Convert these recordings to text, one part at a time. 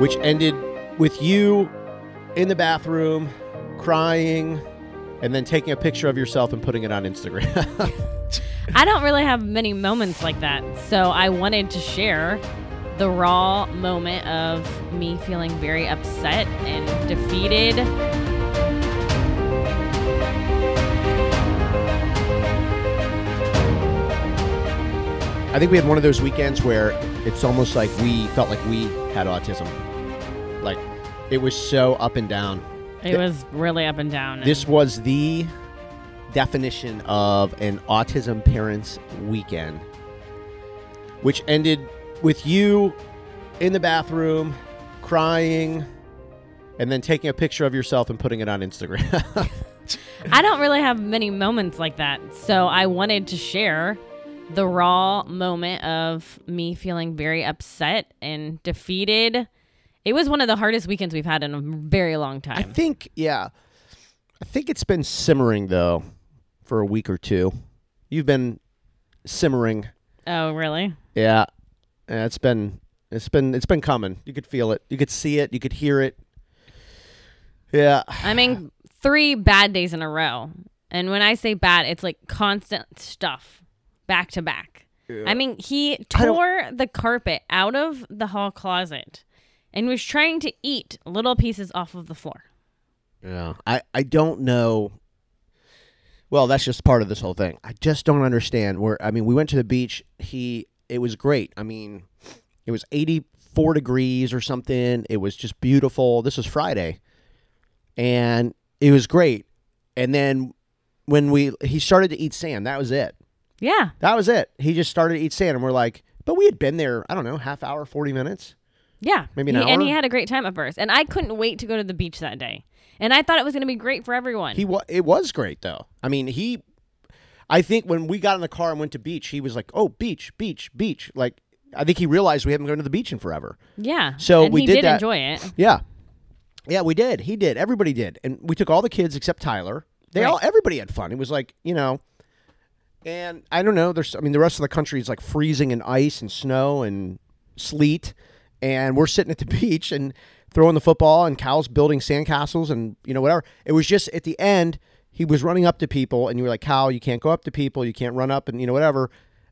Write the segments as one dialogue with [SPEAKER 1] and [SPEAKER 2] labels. [SPEAKER 1] which ended with you in the bathroom crying and then taking a picture of yourself and putting it on Instagram.
[SPEAKER 2] I don't really have many moments like that. So I wanted to share the raw moment of me feeling very upset and defeated.
[SPEAKER 1] I think we had one of those weekends where it's almost like we felt like we had autism. Like it was so up and down.
[SPEAKER 2] It was really up and down. and-
[SPEAKER 1] This was the definition of an autism parents weekend, which ended with you in the bathroom crying and then taking a picture of yourself and putting it on Instagram.
[SPEAKER 2] I don't really have many moments like that. So I wanted to share the raw moment of me feeling very upset and defeated. It was one of the hardest weekends we've had in a very long
[SPEAKER 1] I
[SPEAKER 2] time.
[SPEAKER 1] think, yeah. I think it's been simmering though for a week or two. You've been simmering.
[SPEAKER 2] oh, really?
[SPEAKER 1] Yeah. Yeah, it's been it's been it's been coming. You could feel it. You could see it. You could hear it. Yeah.
[SPEAKER 2] I mean, three bad days in a row. And when I say bad, it's like constant stuff back to back. I mean, he
[SPEAKER 1] I don't-
[SPEAKER 2] tore the carpet out of the hall closet and was trying to eat little pieces off of the floor.
[SPEAKER 1] Yeah. I, I don't know. Well, that's just part of this whole thing. I just don't understand where I mean, we went to the beach. He it was great. I mean, it was 84 degrees or something. It was just beautiful. This was Friday. And it was great. And then when we he started to eat sand, that was it.
[SPEAKER 2] Yeah.
[SPEAKER 1] That was it. He just started to eat sand and we're like, but we had been there, I don't know, half hour, 40 minutes.
[SPEAKER 2] Yeah.
[SPEAKER 1] Maybe an
[SPEAKER 2] He- And he
[SPEAKER 1] hour?
[SPEAKER 2] had a great time at first. And I couldn't wait to go to the beach that day. And I thought it was going to be great for everyone.
[SPEAKER 1] He wa- it was great though. I mean, he I think when we got in the car and went to beach, he was like, "Oh, beach, beach, beach." Like I think he realized we haven't gone to the beach in forever.
[SPEAKER 2] yeah.
[SPEAKER 1] So
[SPEAKER 2] and
[SPEAKER 1] we
[SPEAKER 2] he
[SPEAKER 1] did
[SPEAKER 2] did,
[SPEAKER 1] that.
[SPEAKER 2] enjoy it.
[SPEAKER 1] Yeah. Yeah, we did. He did. Everybody did. And we took all the kids except Tyler. They all
[SPEAKER 2] Right.
[SPEAKER 1] everybody had fun. It was like, you know, and I don't know, there's I mean, the rest of the country is like freezing and ice and snow and sleet and we're sitting at the beach and throwing the football and cows building sandcastles and you know whatever. It was just at the end he was running up to people and you were like, "Cow, you can't go up to people. You can't run up and you know whatever."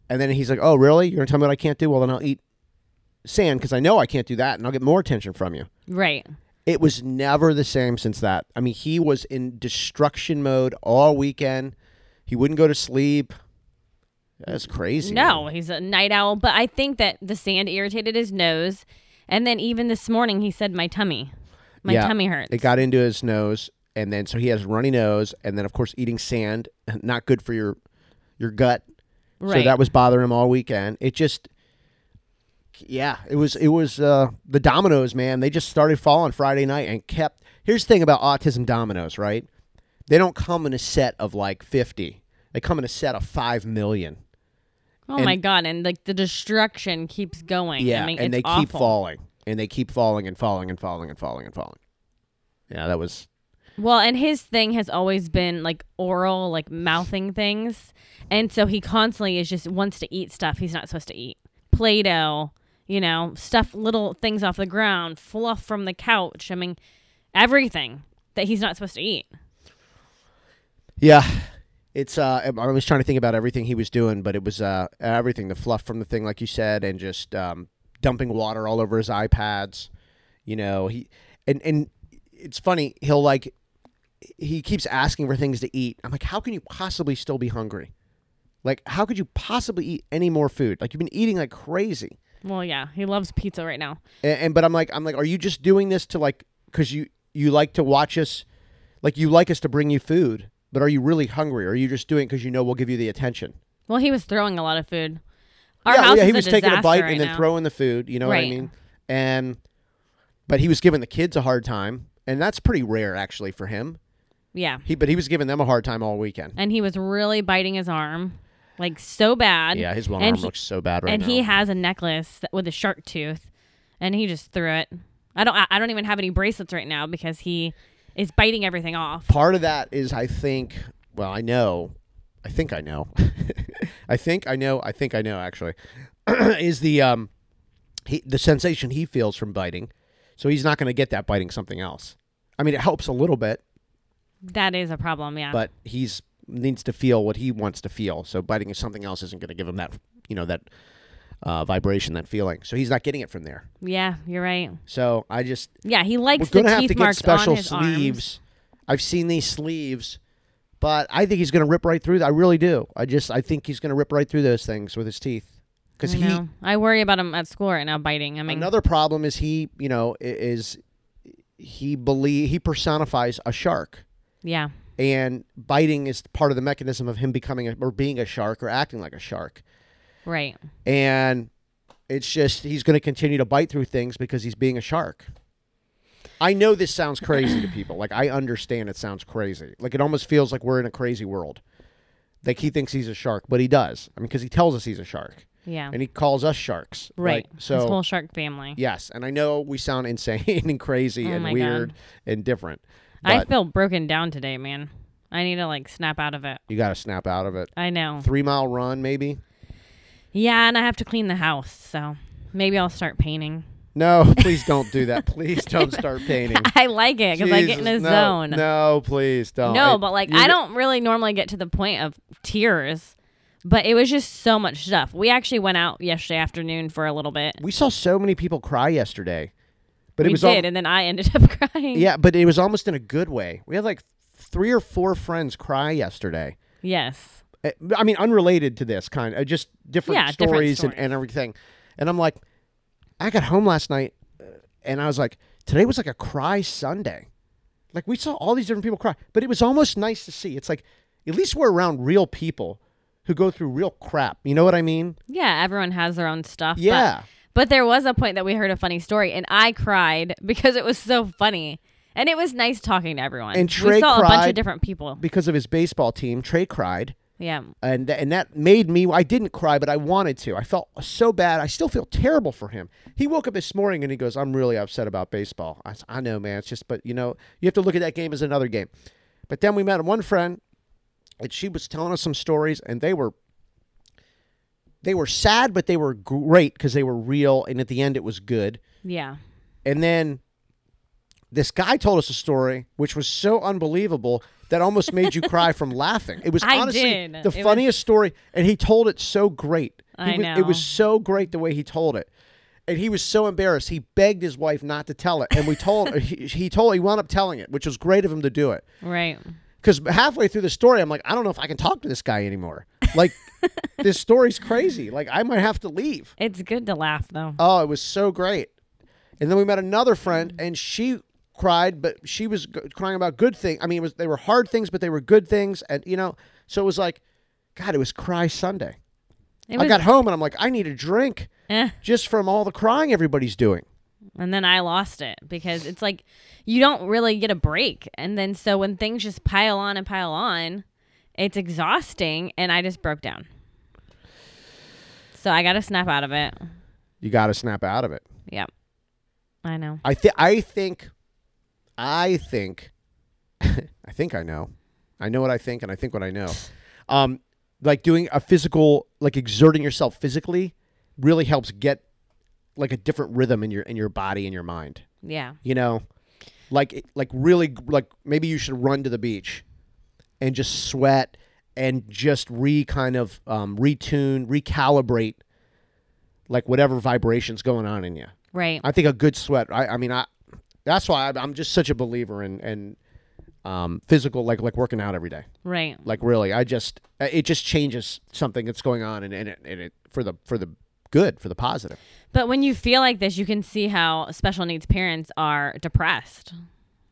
[SPEAKER 1] And then he's like, "Oh, really? You're going to tell me what I can't do? Well, then I'll eat sand because I know I can't do that and I'll get more attention from you."
[SPEAKER 2] Right.
[SPEAKER 1] it was never the same since that. I mean, he was in destruction mode all weekend. He wouldn't go to sleep. That's crazy.
[SPEAKER 2] No, he's a night owl. But I think that the sand irritated his nose. And then even this morning, he said, My tummy. My
[SPEAKER 1] Yeah.
[SPEAKER 2] tummy hurts.
[SPEAKER 1] It got into his nose, and then so he has runny nose, and then of course eating sand, not good for your your gut. So
[SPEAKER 2] Right.
[SPEAKER 1] that was bothering him all weekend. It just, yeah, it was it was uh, the dominoes, man. They just started falling Friday night and kept. Here's the thing about autism dominoes, right? They don't come in a set of like fifty. They come in a set of five million.
[SPEAKER 2] oh, my God. And like the destruction keeps going.
[SPEAKER 1] Yeah,
[SPEAKER 2] I mean,
[SPEAKER 1] and
[SPEAKER 2] it's
[SPEAKER 1] they keep
[SPEAKER 2] awful.
[SPEAKER 1] falling, and they keep falling and falling and falling and falling and falling. Yeah, that was
[SPEAKER 2] Well, and his thing has always been like oral, like mouthing things. And so he constantly is just wants to eat stuff he's not supposed to eat. Play Doh, you know, stuff, little things off the ground, fluff from the couch. I mean, everything that he's not supposed to eat.
[SPEAKER 1] Yeah. It's uh I was trying to think about everything he was doing, but it was uh everything the fluff from the thing like you said and just um dumping water all over his iPads. You know, he and and it's funny, he'll like he keeps asking for things to eat. I'm like, "How can you possibly still be hungry?" Like, how could you possibly eat any more food? Like you've been eating like crazy.
[SPEAKER 2] Well, yeah, he loves pizza right now.
[SPEAKER 1] And, and but I'm like I'm like, "Are you just doing this to like cuz you you like to watch us like you like us to bring you food, but are you really hungry? Or are you just doing it cuz you know we'll give you the attention?"
[SPEAKER 2] Well, he was throwing a lot of food. Our
[SPEAKER 1] yeah, well,
[SPEAKER 2] house
[SPEAKER 1] yeah,
[SPEAKER 2] is
[SPEAKER 1] he was taking a
[SPEAKER 2] disaster
[SPEAKER 1] bite
[SPEAKER 2] right
[SPEAKER 1] and then
[SPEAKER 2] now.
[SPEAKER 1] throwing the food. You know what I
[SPEAKER 2] Right.
[SPEAKER 1] mean? And but he was giving the kids a hard time, and that's pretty rare actually for him.
[SPEAKER 2] Yeah,
[SPEAKER 1] He but he was giving them a hard time all weekend.
[SPEAKER 2] and he was really biting his arm, like so bad.
[SPEAKER 1] Yeah, his one
[SPEAKER 2] and
[SPEAKER 1] arm
[SPEAKER 2] he-
[SPEAKER 1] looks so bad right
[SPEAKER 2] and
[SPEAKER 1] now.
[SPEAKER 2] he has a necklace that, with a shark tooth, and he just threw it. I don't. I, I don't even have any bracelets right now because he is biting everything off.
[SPEAKER 1] Part of that is I think. Well, I know. I think I know. I think I know. I think I know. Actually, is the um, he, the sensation he feels from biting. So he's not going to get that biting something else. I mean, it helps a little bit,
[SPEAKER 2] That is a problem, yeah.
[SPEAKER 1] but he's needs to feel what he wants to feel. So biting something else isn't going to give him that, you know, that uh, vibration, that feeling. So he's not getting it from there.
[SPEAKER 2] yeah, you're right.
[SPEAKER 1] So I just
[SPEAKER 2] Yeah, he
[SPEAKER 1] we're
[SPEAKER 2] likes the
[SPEAKER 1] going to have
[SPEAKER 2] teeth
[SPEAKER 1] to get
[SPEAKER 2] marks
[SPEAKER 1] special
[SPEAKER 2] on his arms.
[SPEAKER 1] sleeves. I've seen these sleeves, but I think he's going to rip right through. th- I really do. I just I think he's going to rip right through those things with his teeth. Because
[SPEAKER 2] I
[SPEAKER 1] he
[SPEAKER 2] know. I worry about him at school right now biting. I mean,
[SPEAKER 1] another problem is he you know i- is he believe he personifies a shark
[SPEAKER 2] yeah,
[SPEAKER 1] and biting is part of the mechanism of him becoming a, or being a shark or acting like a shark
[SPEAKER 2] right.
[SPEAKER 1] and it's just he's going to continue to bite through things because he's being a shark. I know this sounds crazy to people. Like I understand it sounds crazy. Like it almost feels like we're in a crazy world. Like he thinks he's a shark, but he does. I mean, because he tells us he's a shark,
[SPEAKER 2] Yeah.
[SPEAKER 1] and he calls us sharks.
[SPEAKER 2] right.
[SPEAKER 1] Like,
[SPEAKER 2] His
[SPEAKER 1] so
[SPEAKER 2] whole shark family.
[SPEAKER 1] yes, and I know we sound insane and crazy
[SPEAKER 2] Oh
[SPEAKER 1] and
[SPEAKER 2] my
[SPEAKER 1] weird
[SPEAKER 2] God.
[SPEAKER 1] and different.
[SPEAKER 2] I
[SPEAKER 1] But
[SPEAKER 2] feel broken down today, man. I need to like snap out of it.
[SPEAKER 1] you got to snap out of it.
[SPEAKER 2] I know.
[SPEAKER 1] Three mile run, maybe.
[SPEAKER 2] Yeah, and I have to clean the house, so maybe I'll start painting.
[SPEAKER 1] No, please don't do that. Please don't start painting.
[SPEAKER 2] I like it because I get in
[SPEAKER 1] Jesus,
[SPEAKER 2] a
[SPEAKER 1] no,
[SPEAKER 2] zone.
[SPEAKER 1] No, please don't.
[SPEAKER 2] No,
[SPEAKER 1] It-
[SPEAKER 2] but like
[SPEAKER 1] you're-
[SPEAKER 2] I don't really normally get to the point of tears, but it was just so much stuff. We actually went out yesterday afternoon for a little bit.
[SPEAKER 1] We saw so many people cry yesterday, but it
[SPEAKER 2] we
[SPEAKER 1] was
[SPEAKER 2] did,
[SPEAKER 1] al-
[SPEAKER 2] and then I ended up crying.
[SPEAKER 1] yeah, but it was almost in a good way. We had like three or four friends cry yesterday.
[SPEAKER 2] Yes.
[SPEAKER 1] Uh, I mean, unrelated to this kind, of, just different
[SPEAKER 2] Yeah, different
[SPEAKER 1] stories and,
[SPEAKER 2] stories.
[SPEAKER 1] and everything. And I'm like, I got home last night, uh, and I was like, today was like a cry Sunday. Like we saw all these different people cry, but it was almost nice to see. It's like at least we're around real people who go through real crap. You know what I mean?
[SPEAKER 2] Yeah, everyone has their own stuff. but-
[SPEAKER 1] Yeah.
[SPEAKER 2] But there was a point that we heard a funny story, and I cried because it was so funny, and it was nice talking to everyone.
[SPEAKER 1] And Trey
[SPEAKER 2] we saw a bunch
[SPEAKER 1] cried-
[SPEAKER 2] of different people.
[SPEAKER 1] Because of his baseball team, Trey cried.
[SPEAKER 2] Yeah,
[SPEAKER 1] and th- and that made me I didn't cry but I wanted to. I felt so bad. I still feel terrible for him. He woke up this morning and he goes, "I'm really upset about baseball." I, s- I know, man. It's just but you know, you have to look at that game as another game. But then we met one friend and she was telling us some stories and they were they were sad but they were great cuz they were real and at the end it was good.
[SPEAKER 2] yeah,
[SPEAKER 1] And then this guy told us a story which was so unbelievable that almost made you cry from laughing. It was
[SPEAKER 2] I
[SPEAKER 1] honestly
[SPEAKER 2] did.
[SPEAKER 1] the
[SPEAKER 2] It was-
[SPEAKER 1] funniest story, and he told it so great. He
[SPEAKER 2] I
[SPEAKER 1] was-
[SPEAKER 2] know.
[SPEAKER 1] It was so great the way he told it. And he was so embarrassed. He begged his wife not to tell it, and we told he, he told he wound up telling it, which was great of him to do it.
[SPEAKER 2] right.
[SPEAKER 1] Because halfway through the story, I'm like, I don't know if I can talk to this guy anymore. Like, this story's crazy. Like, I might have to leave.
[SPEAKER 2] It's good to laugh though.
[SPEAKER 1] Oh, it was so great. And then we met another friend, and she cried, but she was g- crying about good things. I mean, it was they were hard things, but they were good things, and you know, so it was like, God, it was cry Sunday. I
[SPEAKER 2] It was,
[SPEAKER 1] got home and I'm like, I need a drink
[SPEAKER 2] eh.
[SPEAKER 1] just from all the crying everybody's doing.
[SPEAKER 2] and then I lost it because it's like you don't really get a break, and then so when things just pile on and pile on, it's exhausting, and I just broke down. So I got to snap out of it.
[SPEAKER 1] You got to snap out of it.
[SPEAKER 2] Yep, I know.
[SPEAKER 1] I think I think I think I think I know. I know what I think and I think what I know. Um like doing a physical like exerting yourself physically really helps get like a different rhythm in your in your body and your mind,
[SPEAKER 2] Yeah,
[SPEAKER 1] you know? Like like really like maybe you should run to the beach and just sweat and just re kind of um, retune, recalibrate like whatever vibrations going on in you.
[SPEAKER 2] right.
[SPEAKER 1] I think a good sweat. I, I mean, I that's why I'm- I'm just such a believer in and um, physical, like like working out every day.
[SPEAKER 2] Right.
[SPEAKER 1] Like really, I just uh, it just changes something that's going on and and it, and it for the for the good for the positive.
[SPEAKER 2] But when you feel like this, you can see how special needs parents are depressed.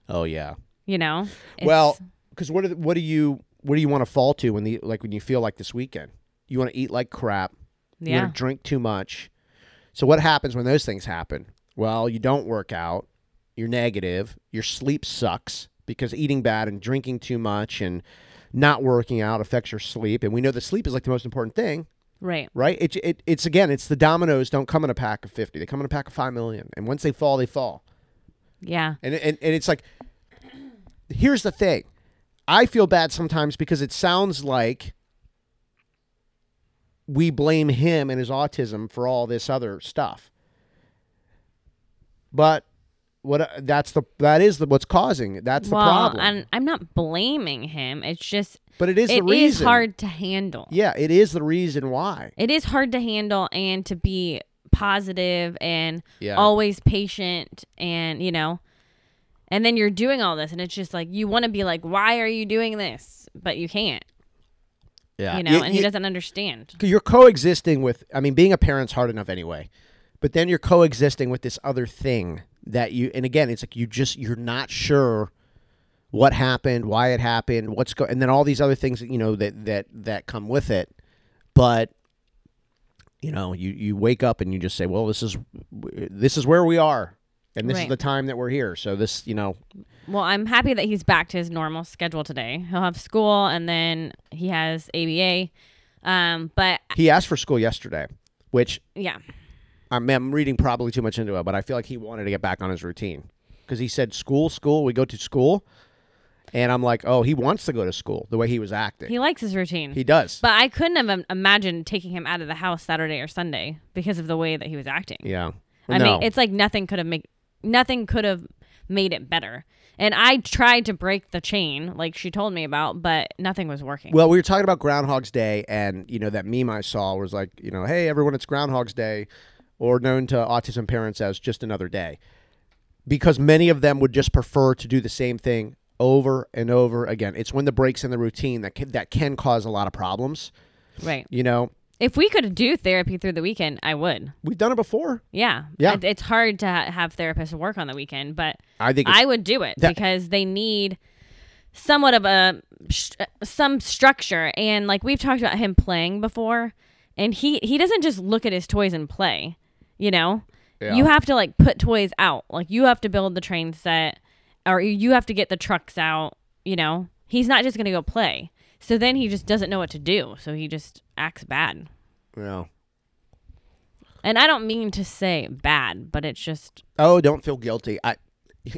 [SPEAKER 1] Oh yeah.
[SPEAKER 2] You know. It's-
[SPEAKER 1] well, because what are the, what do you what do you want to fall to when the like when you feel like this weekend? You want to eat like crap. You
[SPEAKER 2] yeah,
[SPEAKER 1] want to drink too much. So what happens when those things happen? Well, you don't work out. You're negative. Your sleep sucks because eating bad and drinking too much and not working out affects your sleep. And we know the sleep is like the most important thing,
[SPEAKER 2] right.
[SPEAKER 1] right? It, it, it's again, it's the dominoes don't come in a pack of 50. They come in a pack of 5 million. And once they fall, they fall.
[SPEAKER 2] Yeah,
[SPEAKER 1] And, and, and it's like, here's the thing. I feel bad sometimes because it sounds like we blame him and his autism for all this other stuff. But what that's the that is the what's causing it. That's the
[SPEAKER 2] well,
[SPEAKER 1] problem.
[SPEAKER 2] and I'm not blaming him. It's just
[SPEAKER 1] but it is
[SPEAKER 2] it is
[SPEAKER 1] the reason.
[SPEAKER 2] hard to handle.
[SPEAKER 1] Yeah, it is the reason why.
[SPEAKER 2] It is hard to handle and to be positive and
[SPEAKER 1] Yeah.
[SPEAKER 2] always patient and you know and then you're doing all this and it's just like you want to be like why are you doing this but you can't
[SPEAKER 1] Yeah.
[SPEAKER 2] you know and he doesn't understand
[SPEAKER 1] you're coexisting with i mean being a parent's hard enough anyway but then you're coexisting with this other thing that you and again it's like you just you're not sure what happened why it happened what's go and then all these other things you know that that that come with it but you know you you wake up and you just say well this is this is where we are and this
[SPEAKER 2] Right.
[SPEAKER 1] is the time that we're here so this you know
[SPEAKER 2] well i'm happy that he's back to his normal schedule today he'll have school and then he has aba um but
[SPEAKER 1] he asked for school yesterday which
[SPEAKER 2] yeah
[SPEAKER 1] I mean, I'm reading probably too much into it, but I feel like he wanted to get back on his routine because he said school, school. We go to school, and I'm like, oh, he wants to go to school. The way he was acting,
[SPEAKER 2] he likes his routine
[SPEAKER 1] he does.
[SPEAKER 2] but i couldn't have im- imagined taking him out of the house saturday or sunday because of the way that he was acting
[SPEAKER 1] yeah,
[SPEAKER 2] I
[SPEAKER 1] no.
[SPEAKER 2] mean, it's like nothing could have make nothing could have made it better. And I tried to break the chain, like she told me about, but nothing was working.
[SPEAKER 1] well, we were talking about Groundhog's Day, and you know that meme I saw was like, you know, hey everyone, it's Groundhog's Day, or known to autism parents as just another day, because many of them would just prefer to do the same thing over and over again. It's when the breaks in the routine that can, that can cause a lot of problems.
[SPEAKER 2] right.
[SPEAKER 1] You know,
[SPEAKER 2] If we could do therapy through the weekend, I would.
[SPEAKER 1] we've done it before.
[SPEAKER 2] Yeah.
[SPEAKER 1] Yeah.
[SPEAKER 2] It- It's hard to ha- have therapists work on the weekend, but
[SPEAKER 1] I think it's
[SPEAKER 2] I would do it
[SPEAKER 1] that-
[SPEAKER 2] because they need somewhat of a sh- uh, some structure and like we've talked about him playing before and he he doesn't just look at his toys and play, you know?
[SPEAKER 1] Yeah.
[SPEAKER 2] You have to like put toys out. Like you have to build the train set or you have to get the trucks out, you know? He's not just going to go play. So then he just doesn't know what to do. So he just acts bad.
[SPEAKER 1] Yeah.
[SPEAKER 2] And I don't mean to say bad, but it's just
[SPEAKER 1] Oh, don't feel guilty. I,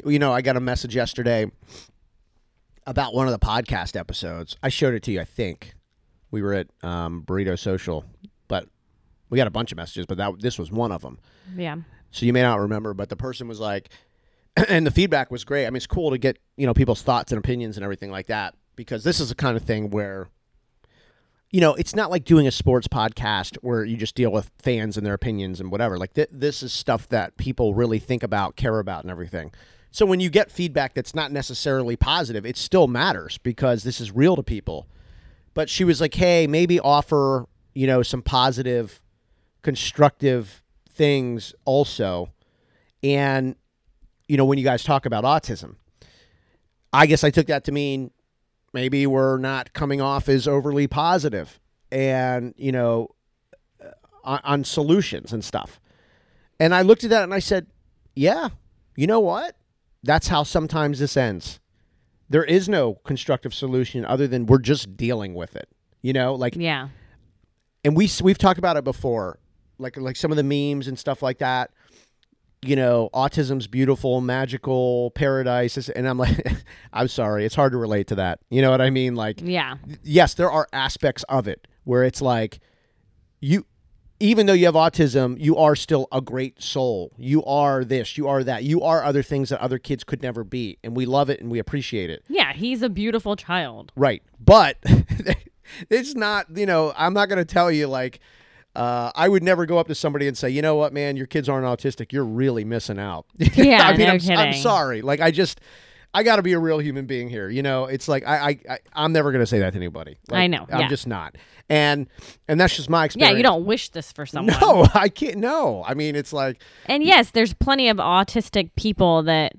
[SPEAKER 1] you know, I got a message yesterday about one of the podcast episodes. I showed it to you. I think we were at um, Burrito Social, but we got a bunch of messages. But that this was one of them.
[SPEAKER 2] yeah.
[SPEAKER 1] So you may not remember, but the person was like, and the feedback was great. I mean, it's cool to get you know people's thoughts and opinions and everything like that because this is the kind of thing where. You know, it's not like doing a sports podcast where you just deal with fans and their opinions and whatever. Like th- this is stuff that people really think about, care about, and everything. So when you get feedback that's not necessarily positive, it still matters because this is real to people. But she was like, "Hey, maybe offer you know some positive constructive things also. And, you know, when you guys talk about autism, I guess I took that to mean maybe we're not coming off as overly positive and, you know, uh, on, on solutions and stuff. And I looked at that and I said, yeah, you know what? That's how sometimes this ends. There is no constructive solution other than we're just dealing with it. You know, like
[SPEAKER 2] Yeah.
[SPEAKER 1] and we we've talked about it before, like like some of the memes and stuff like that. You know, autism's beautiful, magical paradise, is- and I'm like, I'm sorry, it's hard to relate to that. You know what I mean? Like,
[SPEAKER 2] Yeah.
[SPEAKER 1] yes, there are aspects of it where it's like you even though you have autism, you are still a great soul. You are this, you are that. You are other things that other kids could never be, and we love it and we appreciate it.
[SPEAKER 2] Yeah, he's a beautiful child.
[SPEAKER 1] Right. But it's not, you know, I'm not going to tell you like, uh, I would never go up to somebody and say, you know what, man, your kids aren't autistic. You're really missing out.
[SPEAKER 2] Yeah,
[SPEAKER 1] I mean, I'm,
[SPEAKER 2] no
[SPEAKER 1] I'm
[SPEAKER 2] kidding.
[SPEAKER 1] sorry. Like, I just, I got to be a real human being here. You know, it's like, I, I, I I'm never going to say that to anybody. Like,
[SPEAKER 2] I know,
[SPEAKER 1] I'm
[SPEAKER 2] yeah.
[SPEAKER 1] just not. And, and that's just my
[SPEAKER 2] Yeah,
[SPEAKER 1] experience.
[SPEAKER 2] you don't wish this for someone.
[SPEAKER 1] No, I can't. No. I mean, it's like,
[SPEAKER 2] And yes, there's plenty of autistic people that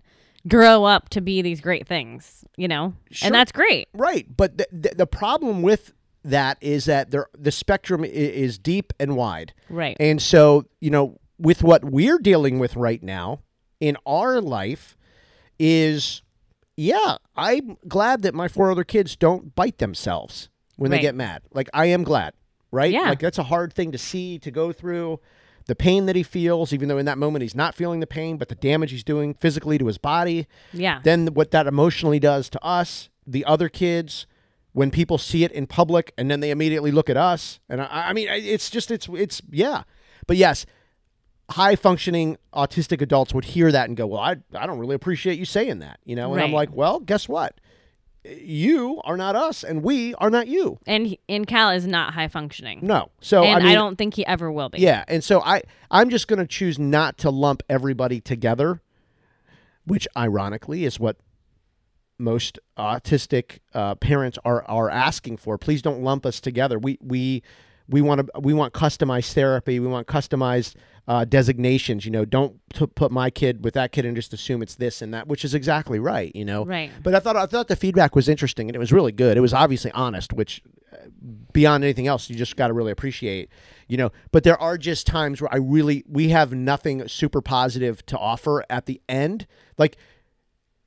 [SPEAKER 2] grow up to be these great things, you know?
[SPEAKER 1] Sure.
[SPEAKER 2] And that's great.
[SPEAKER 1] Right, but the, the, the problem with that is that there the spectrum i- is deep and wide.
[SPEAKER 2] Right.
[SPEAKER 1] And so, you know, with what we're dealing with right now in our life is yeah, I'm glad that my four other kids don't bite themselves when they
[SPEAKER 2] Right.
[SPEAKER 1] get mad. Like I am glad, right?
[SPEAKER 2] Yeah.
[SPEAKER 1] Like that's a hard thing to see, to go through. The pain that he feels, even though in that moment he's not feeling the pain, but the damage he's doing physically to his body
[SPEAKER 2] Yeah.
[SPEAKER 1] then what that emotionally does to us, the other kids, when people see it in public, and then they immediately look at us, and I, I mean, I- it's just it's it's yeah, but yes, high functioning autistic adults would hear that and go, "Well, I I don't really appreciate you saying that," you know. And I'm
[SPEAKER 2] Right.
[SPEAKER 1] like, "Well, guess what? You are not us, and we are not you."
[SPEAKER 2] And he- and Cal is not high functioning.
[SPEAKER 1] No. So
[SPEAKER 2] and
[SPEAKER 1] I
[SPEAKER 2] I,
[SPEAKER 1] mean,
[SPEAKER 2] don't think he ever will be.
[SPEAKER 1] yeah, and so I I'm just going to choose not to lump everybody together, which ironically is what most autistic uh, parents are are asking for. Please don't lump us together. We we we want to we want customized therapy. We want customized uh, designations. You know, don't t- put my kid with that kid and just assume it's this and that, which is exactly right. You know,
[SPEAKER 2] Right.
[SPEAKER 1] but I thought I thought the feedback was interesting and it was really good. It was obviously honest, which uh, beyond anything else, you just got to really appreciate, you know. But there are just times where I really we have nothing super positive to offer at the end. Like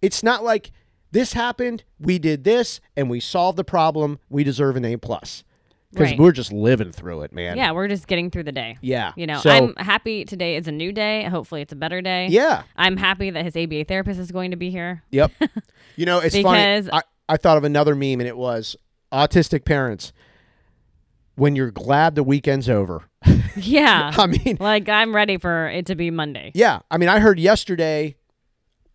[SPEAKER 1] it's not like this happened, we did this, and we solved the problem. We deserve an A plus because
[SPEAKER 2] Right.
[SPEAKER 1] we're just living through it, man.
[SPEAKER 2] Yeah, we're just getting through the day.
[SPEAKER 1] yeah.
[SPEAKER 2] You know,
[SPEAKER 1] so,
[SPEAKER 2] I'm happy today is a new day. Hopefully it's a better day.
[SPEAKER 1] yeah,
[SPEAKER 2] I'm happy that his ABA therapist is going to be here.
[SPEAKER 1] yep. you know, it's
[SPEAKER 2] Because-
[SPEAKER 1] funny. I, I thought of another meme, and it was autistic parents. When you're glad the weekend's over,
[SPEAKER 2] Yeah.
[SPEAKER 1] I mean,
[SPEAKER 2] like I'm ready for it to be Monday.
[SPEAKER 1] Yeah, I mean, I heard yesterday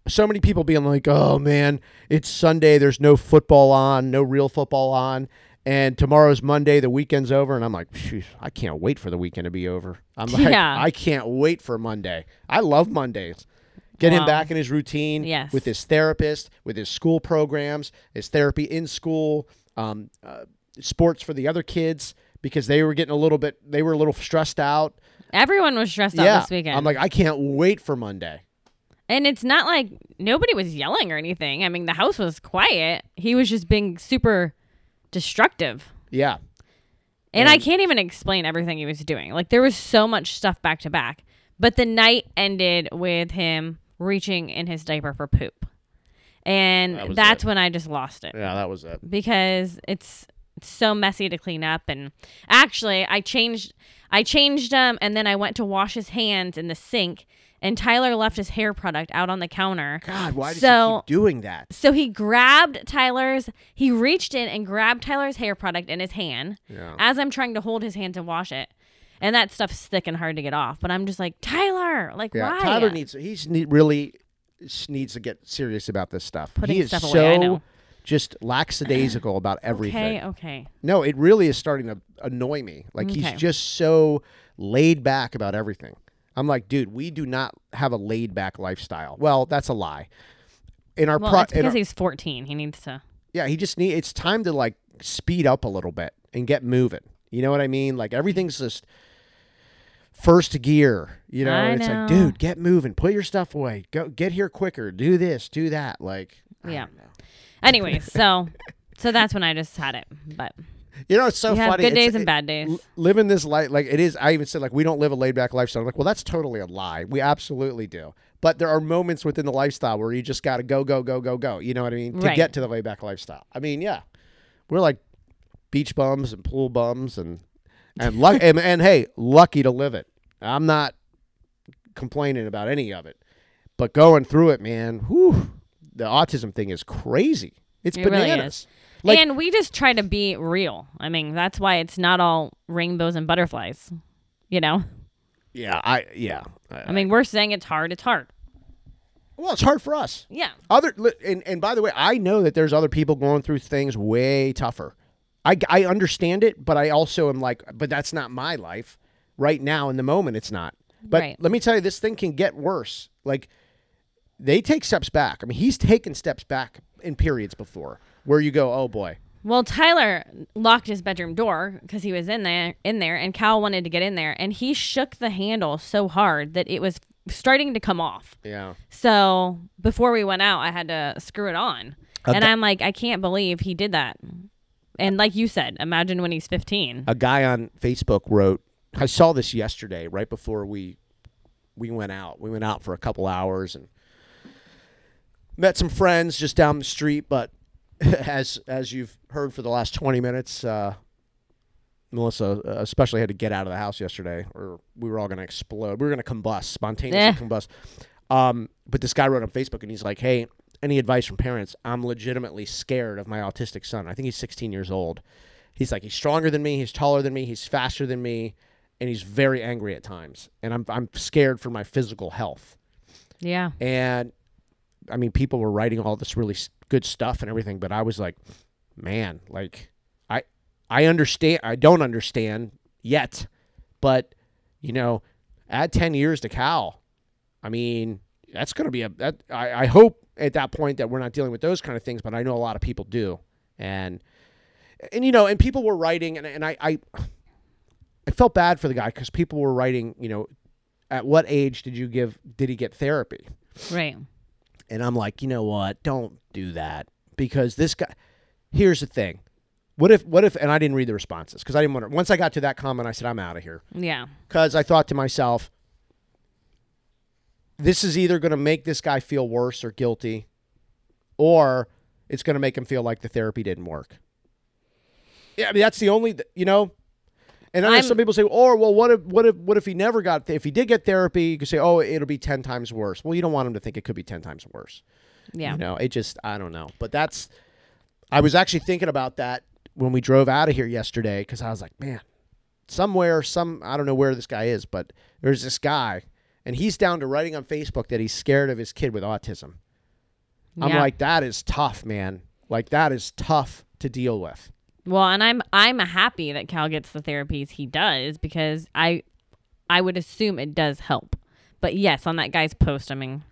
[SPEAKER 1] so many people being like, "Oh man, it's Sunday. There's no football on, no real football on, and tomorrow's Monday. The weekend's over." And I'm like, "Phew, "I can't wait for the weekend to be over. I'm like,
[SPEAKER 2] Yeah.
[SPEAKER 1] I can't wait for Monday. I love Mondays." Get him
[SPEAKER 2] Wow.
[SPEAKER 1] back in his routine
[SPEAKER 2] Yes.
[SPEAKER 1] with his therapist, with his school programs, his therapy in school, um, uh, sports for the other kids because they were getting a little bit, they were a little stressed out.
[SPEAKER 2] Everyone was stressed out this weekend.
[SPEAKER 1] I'm like, I can't wait for Monday.
[SPEAKER 2] and it's not like nobody was yelling or anything. I mean, the house was quiet. He was just being super destructive.
[SPEAKER 1] Yeah.
[SPEAKER 2] And I can't even explain everything he was doing. Like there was so much stuff back to back. But the night ended with him reaching in his diaper for poop. And
[SPEAKER 1] That was
[SPEAKER 2] that's when I just lost it
[SPEAKER 1] Yeah, that was it.
[SPEAKER 2] because it's it's so messy to clean up and actually I changed I changed them and then I went to wash his hands in the sink and Tyler left his hair product out on the counter.
[SPEAKER 1] God, why does he
[SPEAKER 2] So-
[SPEAKER 1] keep doing that?
[SPEAKER 2] So he grabbed Tyler's, he reached in and grabbed Tyler's hair product in his hand
[SPEAKER 1] Yeah.
[SPEAKER 2] as I'm trying to hold his hand to wash it. And that stuff's thick and hard to get off. But I'm just like, Tyler, like,
[SPEAKER 1] Yeah,
[SPEAKER 2] why?
[SPEAKER 1] Tyler needs he's need, really s- needs to get serious about this stuff.
[SPEAKER 2] Putting
[SPEAKER 1] he is
[SPEAKER 2] stuff
[SPEAKER 1] so
[SPEAKER 2] away, I know.
[SPEAKER 1] just lackadaisical about everything.
[SPEAKER 2] okay, okay.
[SPEAKER 1] No, it really is starting to annoy me. Like
[SPEAKER 2] Okay.
[SPEAKER 1] he's just so laid back about everything. I'm like, dude, we do not have a laid back lifestyle. Well, that's a lie. In our
[SPEAKER 2] Well,
[SPEAKER 1] pro-
[SPEAKER 2] it's
[SPEAKER 1] in
[SPEAKER 2] because
[SPEAKER 1] our-
[SPEAKER 2] he's 14. He needs to.
[SPEAKER 1] yeah, he just need it's time to like speed up a little bit and get moving. You know what I mean? Like everything's just first gear. You know,
[SPEAKER 2] I
[SPEAKER 1] it's
[SPEAKER 2] know.
[SPEAKER 1] like, dude, get moving, put your stuff away, go get here quicker, do this, do that. Like, I
[SPEAKER 2] Yeah.
[SPEAKER 1] don't know.
[SPEAKER 2] Anyways, so so that's when I just had it. But
[SPEAKER 1] you know, it's so
[SPEAKER 2] you have
[SPEAKER 1] funny.
[SPEAKER 2] good
[SPEAKER 1] it's-
[SPEAKER 2] days and
[SPEAKER 1] it-
[SPEAKER 2] bad days.
[SPEAKER 1] l- living this life, like it is. I even said, like, we don't live a laid back lifestyle. I'm like, well, that's totally a lie. We absolutely do. But there are moments within the lifestyle where you just got to go, go, go, go, go. You know what I mean? To
[SPEAKER 2] Right.
[SPEAKER 1] get to the laid back lifestyle. I mean, yeah, we're like beach bums and pool bums and and luck and, and hey, lucky to live it. I'm not complaining about any of it, but going through it, man. Whew, the autism thing is crazy. It's
[SPEAKER 2] It really
[SPEAKER 1] bananas.
[SPEAKER 2] is.
[SPEAKER 1] like-
[SPEAKER 2] and we just try to be real. I mean, that's why it's not all rainbows and butterflies. You know?
[SPEAKER 1] Yeah, I yeah. I-
[SPEAKER 2] I mean, we're saying it's hard. It's hard.
[SPEAKER 1] well, it's hard for us.
[SPEAKER 2] Yeah.
[SPEAKER 1] other li- and, and by the way i know that there's other people going through things way tougher I, I understand it but i also am like but that's not my life right now in the moment it's not but
[SPEAKER 2] Right.
[SPEAKER 1] let me tell you this thing can get worse like they take steps back i mean he's taken steps back in periods before where you go oh boy
[SPEAKER 2] Well, Tyler locked his bedroom door because he was in there, in there, and Cal wanted to get in there, and he shook the handle so hard that it was starting to come off.
[SPEAKER 1] yeah
[SPEAKER 2] So before we went out, I had to screw it on, and I'm like, I can't believe he did that. And like you said, imagine when he's 15.
[SPEAKER 1] a guy on Facebook wrote, I saw this yesterday right before we we went out. We went out for a couple hours and met some friends just down the street, but as as you've heard for the last 20 minutes, uh Melissa uh, especially had to get out of the house yesterday, or we were all going to explode. We were going to combust, spontaneously
[SPEAKER 2] Eh.
[SPEAKER 1] combust. Um, but this guy wrote on Facebook, and he's like, "Hey, any advice from parents? I'm legitimately scared of my autistic son. I think he's 16 years old. He's like, he's stronger than me, he's taller than me, he's faster than me, and he's very angry at times, and I'm I'm scared for my physical health.
[SPEAKER 2] Yeah.
[SPEAKER 1] And I mean, people were writing all this really s- good stuff and everything, but I was like, man, like I I understand. I don't understand yet, but you know, add ten years to Cal. I mean, that's going to be a. That, I, I hope at that point that we're not dealing with those kind of things, but I know a lot of people do, and and you know, and people were writing, and and I I, I felt bad for the guy because people were writing, you know, at what age did you give did he get therapy?
[SPEAKER 2] Right.
[SPEAKER 1] And I'm like, you know what? Don't do that because this guy. Here's the thing. What if? What if? And I didn't read the responses because I didn't want to. Once I got to that comment, I said I'm out of here
[SPEAKER 2] Yeah.
[SPEAKER 1] because I thought to myself, this is either going to make this guy feel worse or guilty, or it's going to make him feel like the therapy didn't work. Yeah, I mean that's the only th- you know. And I know
[SPEAKER 2] I'm-
[SPEAKER 1] some people say, "Oh, well, what if, what if, what if he never got? Th- if he did get therapy, you could say, oh, it'll be ten times worse.' Well, you don't want him to think it could be ten times worse.
[SPEAKER 2] Yeah.
[SPEAKER 1] You know, it just I don't know. But that's I was actually thinking about that when we drove out of here yesterday because I was like, man, somewhere, some I don't know where this guy is, but there's this guy, and he's down to writing on Facebook that he's scared of his kid with autism. I'm
[SPEAKER 2] Yeah.
[SPEAKER 1] like, that is tough, man. Like that is tough to deal with.
[SPEAKER 2] Well, and I'm I'm happy that Cal gets the therapies he does because I I would assume it does help. But yes, on that guy's post, I mean,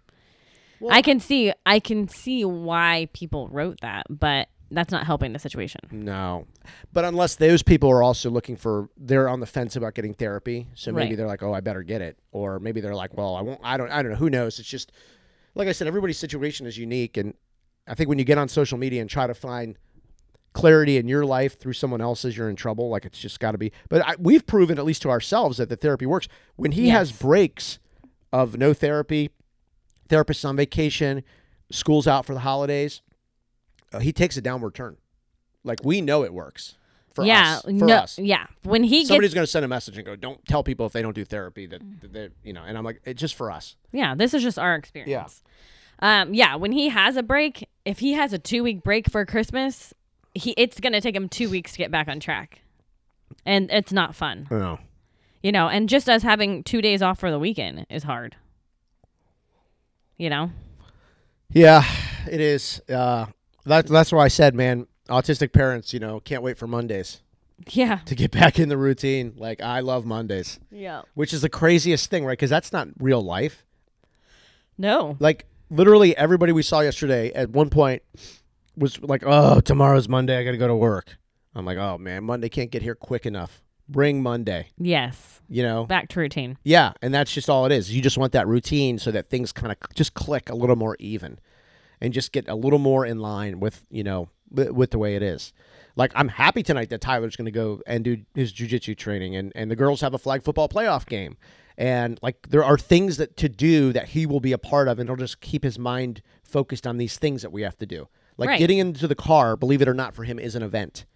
[SPEAKER 2] I can see I can see why people wrote that, but that's not helping the situation.
[SPEAKER 1] No, but unless those people are also looking for, they're on the fence about getting therapy, so maybe
[SPEAKER 2] Right.
[SPEAKER 1] they're like, "Oh, I better get it," or maybe they're like, "Well, I won't." I don't. I don't know. Who knows? It's just like I said, everybody's situation is unique, and I think when you get on social media and try to find clarity in your life through someone else's, you're in trouble. Like it's just got to be. But I, we've proven, at least to ourselves, that the therapy works. When he has breaks of no therapy, therapist's on vacation, school's out for the holidays, uh, he takes a downward turn. Like we know it works for
[SPEAKER 2] yeah,
[SPEAKER 1] us. For
[SPEAKER 2] no,
[SPEAKER 1] us.
[SPEAKER 2] yeah. When he
[SPEAKER 1] Somebody's
[SPEAKER 2] gets,
[SPEAKER 1] going to send a message and go, "Don't tell people if they don't do therapy that, that they, you know." And I'm like, "It's just for us."
[SPEAKER 2] yeah, this is just our experience. Um, yeah, when he has a break, if he has a two week break for Christmas, he it's gonna take him two weeks to get back on track, and it's not fun.
[SPEAKER 1] Oh.
[SPEAKER 2] you know and just us having two days off for the weekend is hard you know
[SPEAKER 1] Yeah, it is. Uh, that, that's why I said, man, autistic parents, you know, can't wait for Mondays
[SPEAKER 2] yeah
[SPEAKER 1] to get back in the routine. Like, I love Mondays,
[SPEAKER 2] yeah
[SPEAKER 1] which is the craziest thing, right? Because that's not real life.
[SPEAKER 2] no
[SPEAKER 1] Like, literally, everybody we saw yesterday at one point was like, oh, tomorrow's Monday. I got to go to work. I'm like, oh, man, Monday can't get here quick enough. Bring Monday,
[SPEAKER 2] yes
[SPEAKER 1] you know?
[SPEAKER 2] back to routine
[SPEAKER 1] Yeah, and that's just all it is. You just want that routine so that things kind of just click a little more even, and just get a little more in line with you know with, with the way it is. Like I'm happy tonight that Tyler's going to go and do his jujitsu training, and and the girls have a flag football playoff game, and like there are things that to do that he will be a part of, and it'll just keep his mind focused on these things that we have to do. Like
[SPEAKER 2] Right.
[SPEAKER 1] getting into the car, believe it or not, for him is an event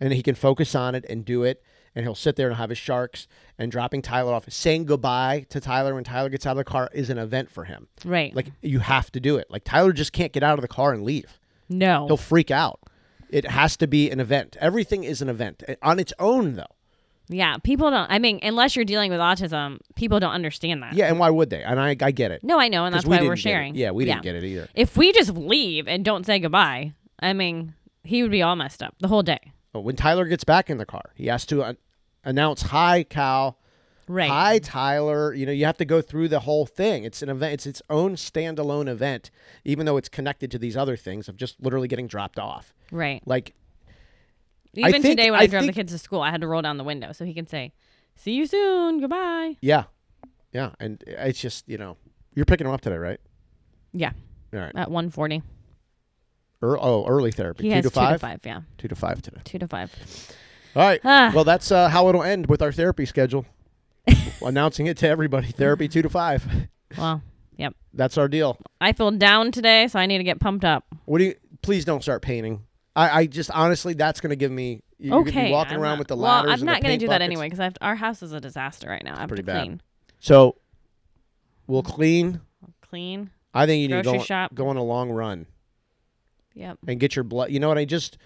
[SPEAKER 1] and he can focus on it and do it. And he'll sit there and have his sharks and dropping Tyler off, saying goodbye to Tyler when Tyler gets out of the car is an event for him.
[SPEAKER 2] right
[SPEAKER 1] Like you have to do it. Like Tyler just can't get out of the car and leave.
[SPEAKER 2] no
[SPEAKER 1] He'll freak out. It has to be an event. Everything is an event Uh, on its own, though.
[SPEAKER 2] yeah people don't i mean unless you're dealing with autism people don't understand that
[SPEAKER 1] Yeah, and why would they? And I, I get it.
[SPEAKER 2] no i know and
[SPEAKER 1] 'Cause
[SPEAKER 2] that's why
[SPEAKER 1] we
[SPEAKER 2] are
[SPEAKER 1] didn't get it.
[SPEAKER 2] sharing
[SPEAKER 1] Yeah, we didn't get it either.
[SPEAKER 2] if we just leave and don't say goodbye i mean he would be all messed up the whole day
[SPEAKER 1] But when Tyler gets back in the car, he has to uh, announce, "Hi, Cal."
[SPEAKER 2] right
[SPEAKER 1] Hi, Tyler. You know, you have to go through the whole thing. It's an event. It's its own standalone event, even though it's connected to these other things of just literally getting dropped off.
[SPEAKER 2] right
[SPEAKER 1] Like, I
[SPEAKER 2] even
[SPEAKER 1] think-
[SPEAKER 2] today when
[SPEAKER 1] I
[SPEAKER 2] i, drove
[SPEAKER 1] think-
[SPEAKER 2] the kids to school i had to roll down the window so he can say see you soon goodbye
[SPEAKER 1] yeah, yeah, and it's just you know, you're picking him up today, right?
[SPEAKER 2] yeah
[SPEAKER 1] All right.
[SPEAKER 2] at 140
[SPEAKER 1] Ear- oh, early therapy.
[SPEAKER 2] he
[SPEAKER 1] two
[SPEAKER 2] has
[SPEAKER 1] to five.
[SPEAKER 2] two to five yeah
[SPEAKER 1] Two to five today.
[SPEAKER 2] two to five
[SPEAKER 1] All right.
[SPEAKER 2] Ah.
[SPEAKER 1] Well, that's uh, how it'll end with our therapy schedule. Announcing it to everybody. Therapy two to five.
[SPEAKER 2] Well, yep.
[SPEAKER 1] That's our deal.
[SPEAKER 2] I feel down today, so I need to get pumped up.
[SPEAKER 1] What do you? Please don't start painting. I, I just honestly, that's going to give me. you- You're gonna
[SPEAKER 2] okay.
[SPEAKER 1] be walking
[SPEAKER 2] I'm
[SPEAKER 1] around
[SPEAKER 2] not-
[SPEAKER 1] with the
[SPEAKER 2] well,
[SPEAKER 1] ladders.
[SPEAKER 2] I'm
[SPEAKER 1] and
[SPEAKER 2] not
[SPEAKER 1] the
[SPEAKER 2] gonna
[SPEAKER 1] paint
[SPEAKER 2] do that
[SPEAKER 1] buckets.
[SPEAKER 2] anyway because our house is a disaster right now. I have
[SPEAKER 1] pretty
[SPEAKER 2] to
[SPEAKER 1] bad.
[SPEAKER 2] clean,
[SPEAKER 1] So we'll clean.
[SPEAKER 2] clean.
[SPEAKER 1] I think you need to
[SPEAKER 2] Grocery
[SPEAKER 1] go,
[SPEAKER 2] shop.
[SPEAKER 1] go on a long run
[SPEAKER 2] Yep.
[SPEAKER 1] and get your blood. You know what? I just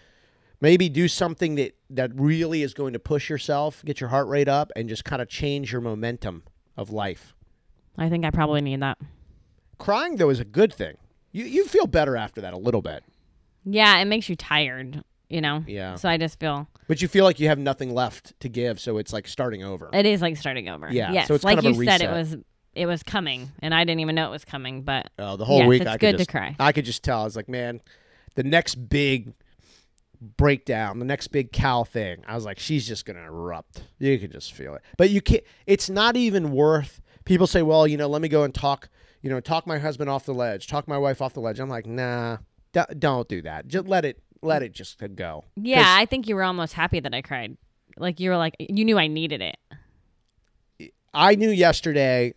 [SPEAKER 1] maybe do something that that really is going to push yourself, get your heart rate up, and just kind of change your momentum of life.
[SPEAKER 2] I think I probably need that.
[SPEAKER 1] Crying though is a good thing. You you feel better after that a little bit,
[SPEAKER 2] Yeah, it makes you tired, you know?
[SPEAKER 1] Yeah.
[SPEAKER 2] So I just feel
[SPEAKER 1] but you feel like you have nothing left to give, so it's like starting over.
[SPEAKER 2] it is like starting over.
[SPEAKER 1] Yeah,
[SPEAKER 2] Yes.
[SPEAKER 1] so it's
[SPEAKER 2] like
[SPEAKER 1] kind of
[SPEAKER 2] you
[SPEAKER 1] a
[SPEAKER 2] said, it
[SPEAKER 1] reset.
[SPEAKER 2] was it was coming and I didn't even know it was coming, but
[SPEAKER 1] Oh, the whole
[SPEAKER 2] Yes,
[SPEAKER 1] week
[SPEAKER 2] it's
[SPEAKER 1] I could
[SPEAKER 2] good to
[SPEAKER 1] just,
[SPEAKER 2] cry.
[SPEAKER 1] I could just tell. I was like, man, the next big breakdown, the next big cow thing. I was like, she's just gonna erupt. You could just feel it. But you can't. It's not even worth. People say, well, you know, let me go and talk. You know, talk my husband off the ledge, talk my wife off the ledge. I'm like, nah, d- don't do that. Just let it, let it just go.
[SPEAKER 2] yeah, I think you were almost happy that I cried. Like you were like you knew I needed it.
[SPEAKER 1] I knew yesterday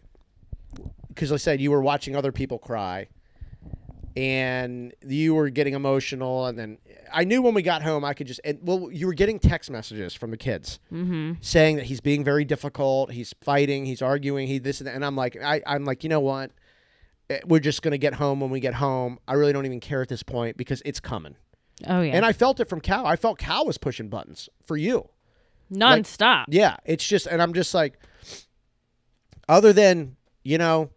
[SPEAKER 1] because I said you were watching other people cry and you were getting emotional and then I knew when we got home I could just and well you were getting text messages from the kids
[SPEAKER 2] Mm-hmm.
[SPEAKER 1] saying that he's being very difficult, he's fighting, he's arguing, he this and that and I'm like I I'm like you know what Eh, we're just going to get home when we get home. I really don't even care at this point because it's coming.
[SPEAKER 2] Oh yeah.
[SPEAKER 1] And I felt it from Cal. I felt Cal was pushing buttons for you.
[SPEAKER 2] Nonstop.
[SPEAKER 1] Yeah, it's just, and I'm just like, other than you know,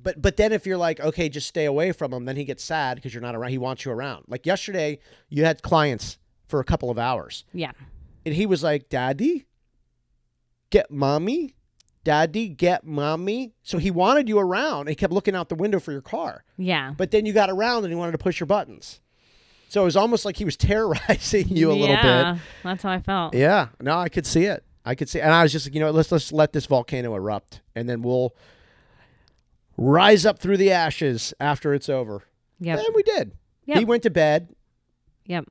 [SPEAKER 1] but but then if you're like, okay, just stay away from him, then he gets sad because you're not around. He wants you around. Like yesterday, you had clients for a couple of hours,
[SPEAKER 2] yeah.
[SPEAKER 1] and he was like, "Daddy, get mommy, daddy, get mommy." So he wanted you around. He kept looking out the window for your car,
[SPEAKER 2] Yeah.
[SPEAKER 1] but then you got around and he wanted to push your buttons. So it was almost like he was terrorizing you a little bit.
[SPEAKER 2] Yeah, That's how I felt.
[SPEAKER 1] Yeah, no, I could see it. I could see, and I was just like, you know, let's let's let this volcano erupt, and then we'll rise up through the ashes after it's over.
[SPEAKER 2] Yep.
[SPEAKER 1] And we did.
[SPEAKER 2] Yep.
[SPEAKER 1] He went to bed.
[SPEAKER 2] Yep.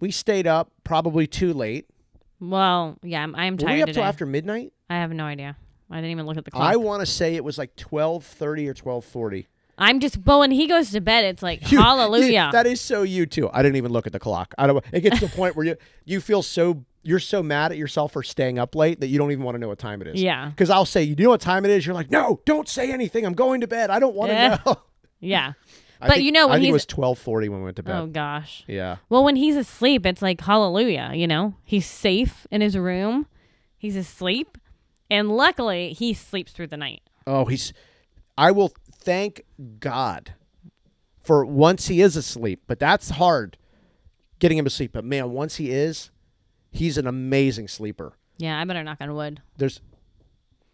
[SPEAKER 1] We stayed up probably too late.
[SPEAKER 2] Well, yeah, I'm, I'm
[SPEAKER 1] Were
[SPEAKER 2] tired
[SPEAKER 1] we up
[SPEAKER 2] today.
[SPEAKER 1] till after midnight?
[SPEAKER 2] I have no idea. I didn't even look at the
[SPEAKER 1] I
[SPEAKER 2] clock.
[SPEAKER 1] want to say it was like twelve thirty or twelve forty.
[SPEAKER 2] I, am just, but when he goes to bed, it's like, hallelujah.
[SPEAKER 1] That is so you too. I didn't even look at the clock. I don't. It gets to the point where you you feel so you're so mad at yourself for staying up late that you don't even want to know what time it is.
[SPEAKER 2] yeah.
[SPEAKER 1] Because I'll say, you know what time it is? You're like, no, don't say anything. I'm going to bed. I don't want to
[SPEAKER 2] Yeah.
[SPEAKER 1] know.
[SPEAKER 2] Yeah.
[SPEAKER 1] I
[SPEAKER 2] But
[SPEAKER 1] think-
[SPEAKER 2] you know,
[SPEAKER 1] I
[SPEAKER 2] when
[SPEAKER 1] think it
[SPEAKER 2] he's-
[SPEAKER 1] was 1240 when we went to bed.
[SPEAKER 2] Oh, gosh.
[SPEAKER 1] Yeah.
[SPEAKER 2] Well, when he's asleep, it's like, hallelujah. You know, he's safe in his room, he's asleep. And luckily, he sleeps through the night.
[SPEAKER 1] Oh, he's. I will thank God for once he is asleep, but that's hard getting him to sleep. But man, once he is, he's an amazing sleeper.
[SPEAKER 2] Yeah, I better knock on wood.
[SPEAKER 1] There's.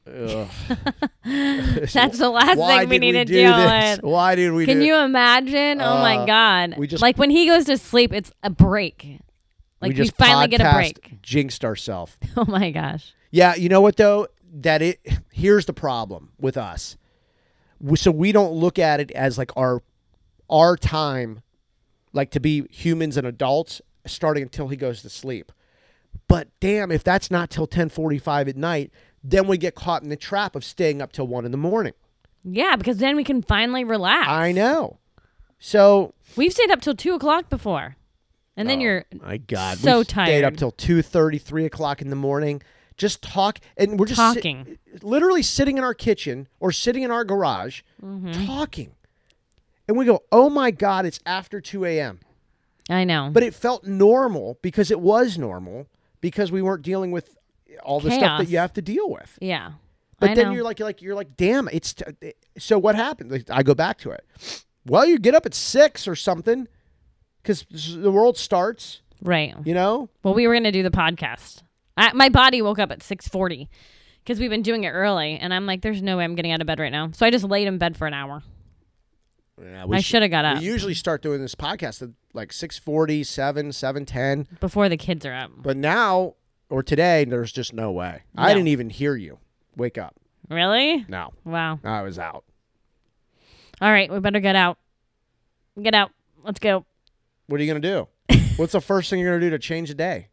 [SPEAKER 1] Ugh.
[SPEAKER 2] That's the last
[SPEAKER 1] Why
[SPEAKER 2] thing we
[SPEAKER 1] did
[SPEAKER 2] need to
[SPEAKER 1] do
[SPEAKER 2] deal
[SPEAKER 1] this?
[SPEAKER 2] with.
[SPEAKER 1] Why did we
[SPEAKER 2] Can
[SPEAKER 1] do
[SPEAKER 2] you imagine? oh
[SPEAKER 1] Uh,
[SPEAKER 2] my god!
[SPEAKER 1] we just-
[SPEAKER 2] like when he goes to sleep, it's a break. Like we,
[SPEAKER 1] we just
[SPEAKER 2] finally get a
[SPEAKER 1] podcast
[SPEAKER 2] break.
[SPEAKER 1] Jinxed ourselves.
[SPEAKER 2] Oh my gosh!
[SPEAKER 1] Yeah, you know what though? That it here's the problem with us. W- So we don't look at it as like our our time, like to be humans and adults, starting until he goes to sleep. But damn, if that's not till ten forty five at night, then we get caught in the trap of staying up till one in the morning.
[SPEAKER 2] Yeah, because then we can finally relax.
[SPEAKER 1] I know. So
[SPEAKER 2] We've stayed up till two o'clock before, and then you're
[SPEAKER 1] my God,
[SPEAKER 2] so
[SPEAKER 1] we Stayed up
[SPEAKER 2] tired.
[SPEAKER 1] till two thirty, three o'clock in the morning, just talk, and we're just sit-
[SPEAKER 2] Talking.
[SPEAKER 1] literally sitting in our kitchen or sitting in our garage,
[SPEAKER 2] Mm-hmm.
[SPEAKER 1] talking, and we go, "Oh my God, it's after two a.m."
[SPEAKER 2] I know.
[SPEAKER 1] But it felt normal because it was normal because we weren't dealing with all the stuff that
[SPEAKER 2] Chaos.
[SPEAKER 1] you have to deal with.
[SPEAKER 2] yeah.
[SPEAKER 1] But
[SPEAKER 2] I
[SPEAKER 1] then
[SPEAKER 2] know.
[SPEAKER 1] you're like, you're like, you're like, damn, it's. T- it- so what happened? Like, I go back to it. Well, you get up at six or something, because the world starts.
[SPEAKER 2] right.
[SPEAKER 1] You know,
[SPEAKER 2] Well, we were gonna do the podcast. I, my body woke up at six forty because we've been doing it early, and I'm like, "There's no way I'm getting out of bed right now." So I just laid in bed for an hour. I should have got up
[SPEAKER 1] We usually start doing this podcast at like 640, 7, 710.
[SPEAKER 2] before the kids are up.
[SPEAKER 1] But now or today, there's just no way. I
[SPEAKER 2] No.
[SPEAKER 1] didn't even hear you wake up.
[SPEAKER 2] Really?
[SPEAKER 1] No,
[SPEAKER 2] Wow.
[SPEAKER 1] I was out.
[SPEAKER 2] All right, we better get out. Get out. Let's go.
[SPEAKER 1] What are you going to do? What's the first thing you're going to do to change the day?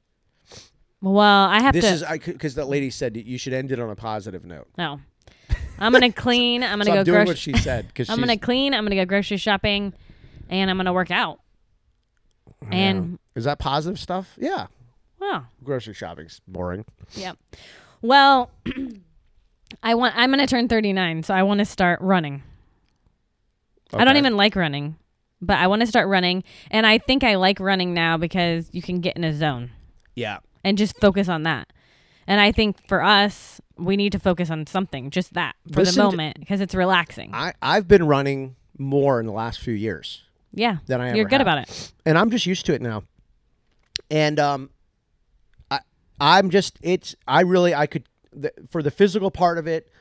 [SPEAKER 2] Well, I have
[SPEAKER 1] This
[SPEAKER 2] to.
[SPEAKER 1] is because that lady said that you should end it on a positive note.
[SPEAKER 2] no, I'm gonna clean. I'm gonna
[SPEAKER 1] So I'm
[SPEAKER 2] go
[SPEAKER 1] doing
[SPEAKER 2] grocery.
[SPEAKER 1] what she said because
[SPEAKER 2] I'm gonna clean. I'm gonna go grocery shopping, and I'm gonna work out. And
[SPEAKER 1] is that positive stuff? Yeah,
[SPEAKER 2] well,
[SPEAKER 1] grocery shopping's boring.
[SPEAKER 2] yep. Well, I want. I'm gonna turn 39, so I want to start running. I don't
[SPEAKER 1] Okay.
[SPEAKER 2] even like running, But I want to start running, and I think I like running now because you can get in a zone
[SPEAKER 1] Yeah.
[SPEAKER 2] and just focus on that. And I think for us, we need to focus on something, just that for
[SPEAKER 1] Listen
[SPEAKER 2] the
[SPEAKER 1] to-
[SPEAKER 2] moment, because it's relaxing.
[SPEAKER 1] I, I've been running more in the last few years,
[SPEAKER 2] yeah,
[SPEAKER 1] than I
[SPEAKER 2] you're
[SPEAKER 1] ever
[SPEAKER 2] good
[SPEAKER 1] have.
[SPEAKER 2] about it.
[SPEAKER 1] and I'm just used to it now. And um, I I'm just it's I really I could the, for the physical part of it.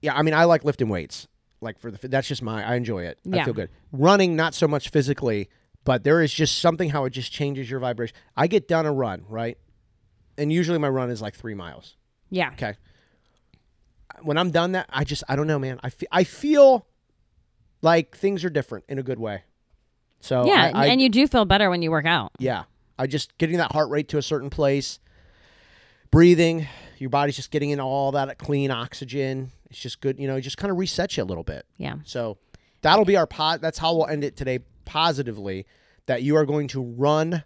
[SPEAKER 1] Yeah, I mean I like lifting weights. Like for the that's just my I enjoy it.
[SPEAKER 2] Yeah.
[SPEAKER 1] I feel good. Running not so much physically, but there is just something how it just changes your vibration. I get down a run right, and usually my run is like three miles.
[SPEAKER 2] Yeah,
[SPEAKER 1] Okay. When I'm done that, I just I don't know, man. I fe- I feel like things are different in a good way. So
[SPEAKER 2] yeah,
[SPEAKER 1] I, I,
[SPEAKER 2] and you do feel better when you work out.
[SPEAKER 1] yeah, I just getting that heart rate to a certain place, breathing. Your body's just getting in all that clean oxygen. It's just good, you know. It just kind of resets you a little bit.
[SPEAKER 2] Yeah,
[SPEAKER 1] So that'll be our pod. That's how we'll end it today positively. That you are going to run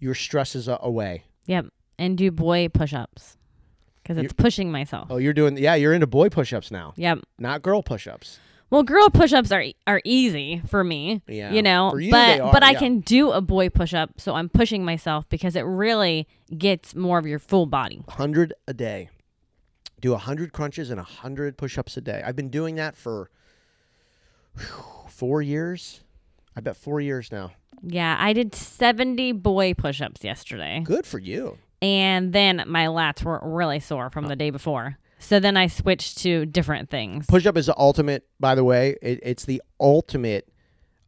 [SPEAKER 1] your stresses a- away.
[SPEAKER 2] yep. And do boy push-ups because it's pushing myself.
[SPEAKER 1] Oh, you're doing yeah. You're into boy push-ups now,
[SPEAKER 2] Yep.
[SPEAKER 1] not girl push-ups.
[SPEAKER 2] Well, girl push-ups are e, are easy for me.
[SPEAKER 1] Yeah.
[SPEAKER 2] You know,
[SPEAKER 1] For you,
[SPEAKER 2] but
[SPEAKER 1] they are,
[SPEAKER 2] but I
[SPEAKER 1] yeah.
[SPEAKER 2] can do a boy push-up, so I'm pushing myself because it really gets more of your full body.
[SPEAKER 1] 100 a day. Do 100 crunches and 100 push ups a day. I've been doing that for whew, four years. I bet four years now.
[SPEAKER 2] Yeah, I did 70 boy push-ups yesterday.
[SPEAKER 1] Good for you.
[SPEAKER 2] And then my lats were really sore
[SPEAKER 1] Oh.
[SPEAKER 2] from the day before. So then I switched to different things.
[SPEAKER 1] Push up is the ultimate, by the way. It, it's the ultimate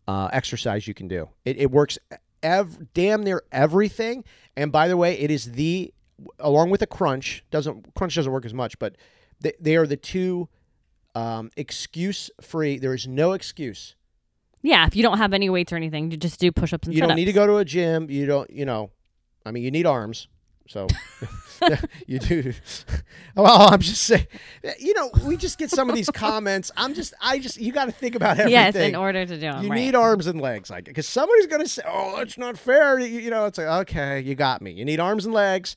[SPEAKER 1] uh, exercise you can do. It, it works ev- damn near everything. And by the way, it is the, along with a crunch, doesn't crunch doesn't work as much, but they, they are the two um, excuse free. There is no excuse
[SPEAKER 2] yeah, if you don't have any weights or anything, you just do push-ups and
[SPEAKER 1] you don't
[SPEAKER 2] sit-ups.
[SPEAKER 1] need to go to a gym. You don't, you know, I mean, you need arms. So you do. Well, I'm just saying, you know, we just get some of these comments. I'm just, I just, you got to think about everything.
[SPEAKER 2] Yes, in order to do them.
[SPEAKER 1] you
[SPEAKER 2] right.
[SPEAKER 1] need arms and legs, like, because somebody's gonna say, "Oh, that's not fair." You, you know, it's like, okay, you got me. You need arms and legs,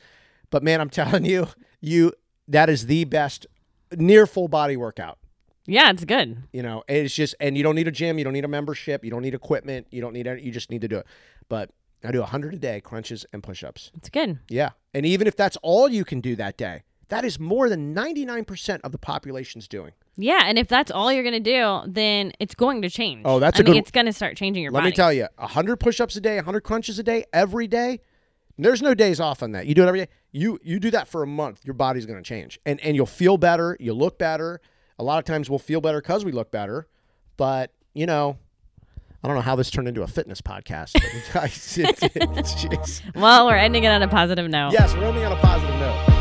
[SPEAKER 1] but man, I'm telling you, you that is the best near full body workout.
[SPEAKER 2] yeah, it's good.
[SPEAKER 1] You know, it's just, and you don't need a gym, you don't need a membership, you don't need equipment, you don't need any, you just need to do it. But I do 100 a day, crunches and push ups.
[SPEAKER 2] It's good.
[SPEAKER 1] Yeah. And even if that's all you can do that day, that is more than 99% of the population's doing.
[SPEAKER 2] Yeah, and if that's all you're gonna do, then it's going to change.
[SPEAKER 1] Oh, that's a
[SPEAKER 2] I mean,
[SPEAKER 1] good-
[SPEAKER 2] It's gonna start changing your
[SPEAKER 1] Let
[SPEAKER 2] body.
[SPEAKER 1] me tell you 100 push ups a day, 100 crunches a day, every day. There's no days off on that. You do it every day. You you do that for a month, your body's going to change. And and you'll feel better, you look better. A lot of times we'll feel better cuz we look better. But, you know, I don't know how this turned into a fitness podcast. but I- it did. Jeez.
[SPEAKER 2] well, we're ending it on a positive note.
[SPEAKER 1] Yes, we're ending on a positive note.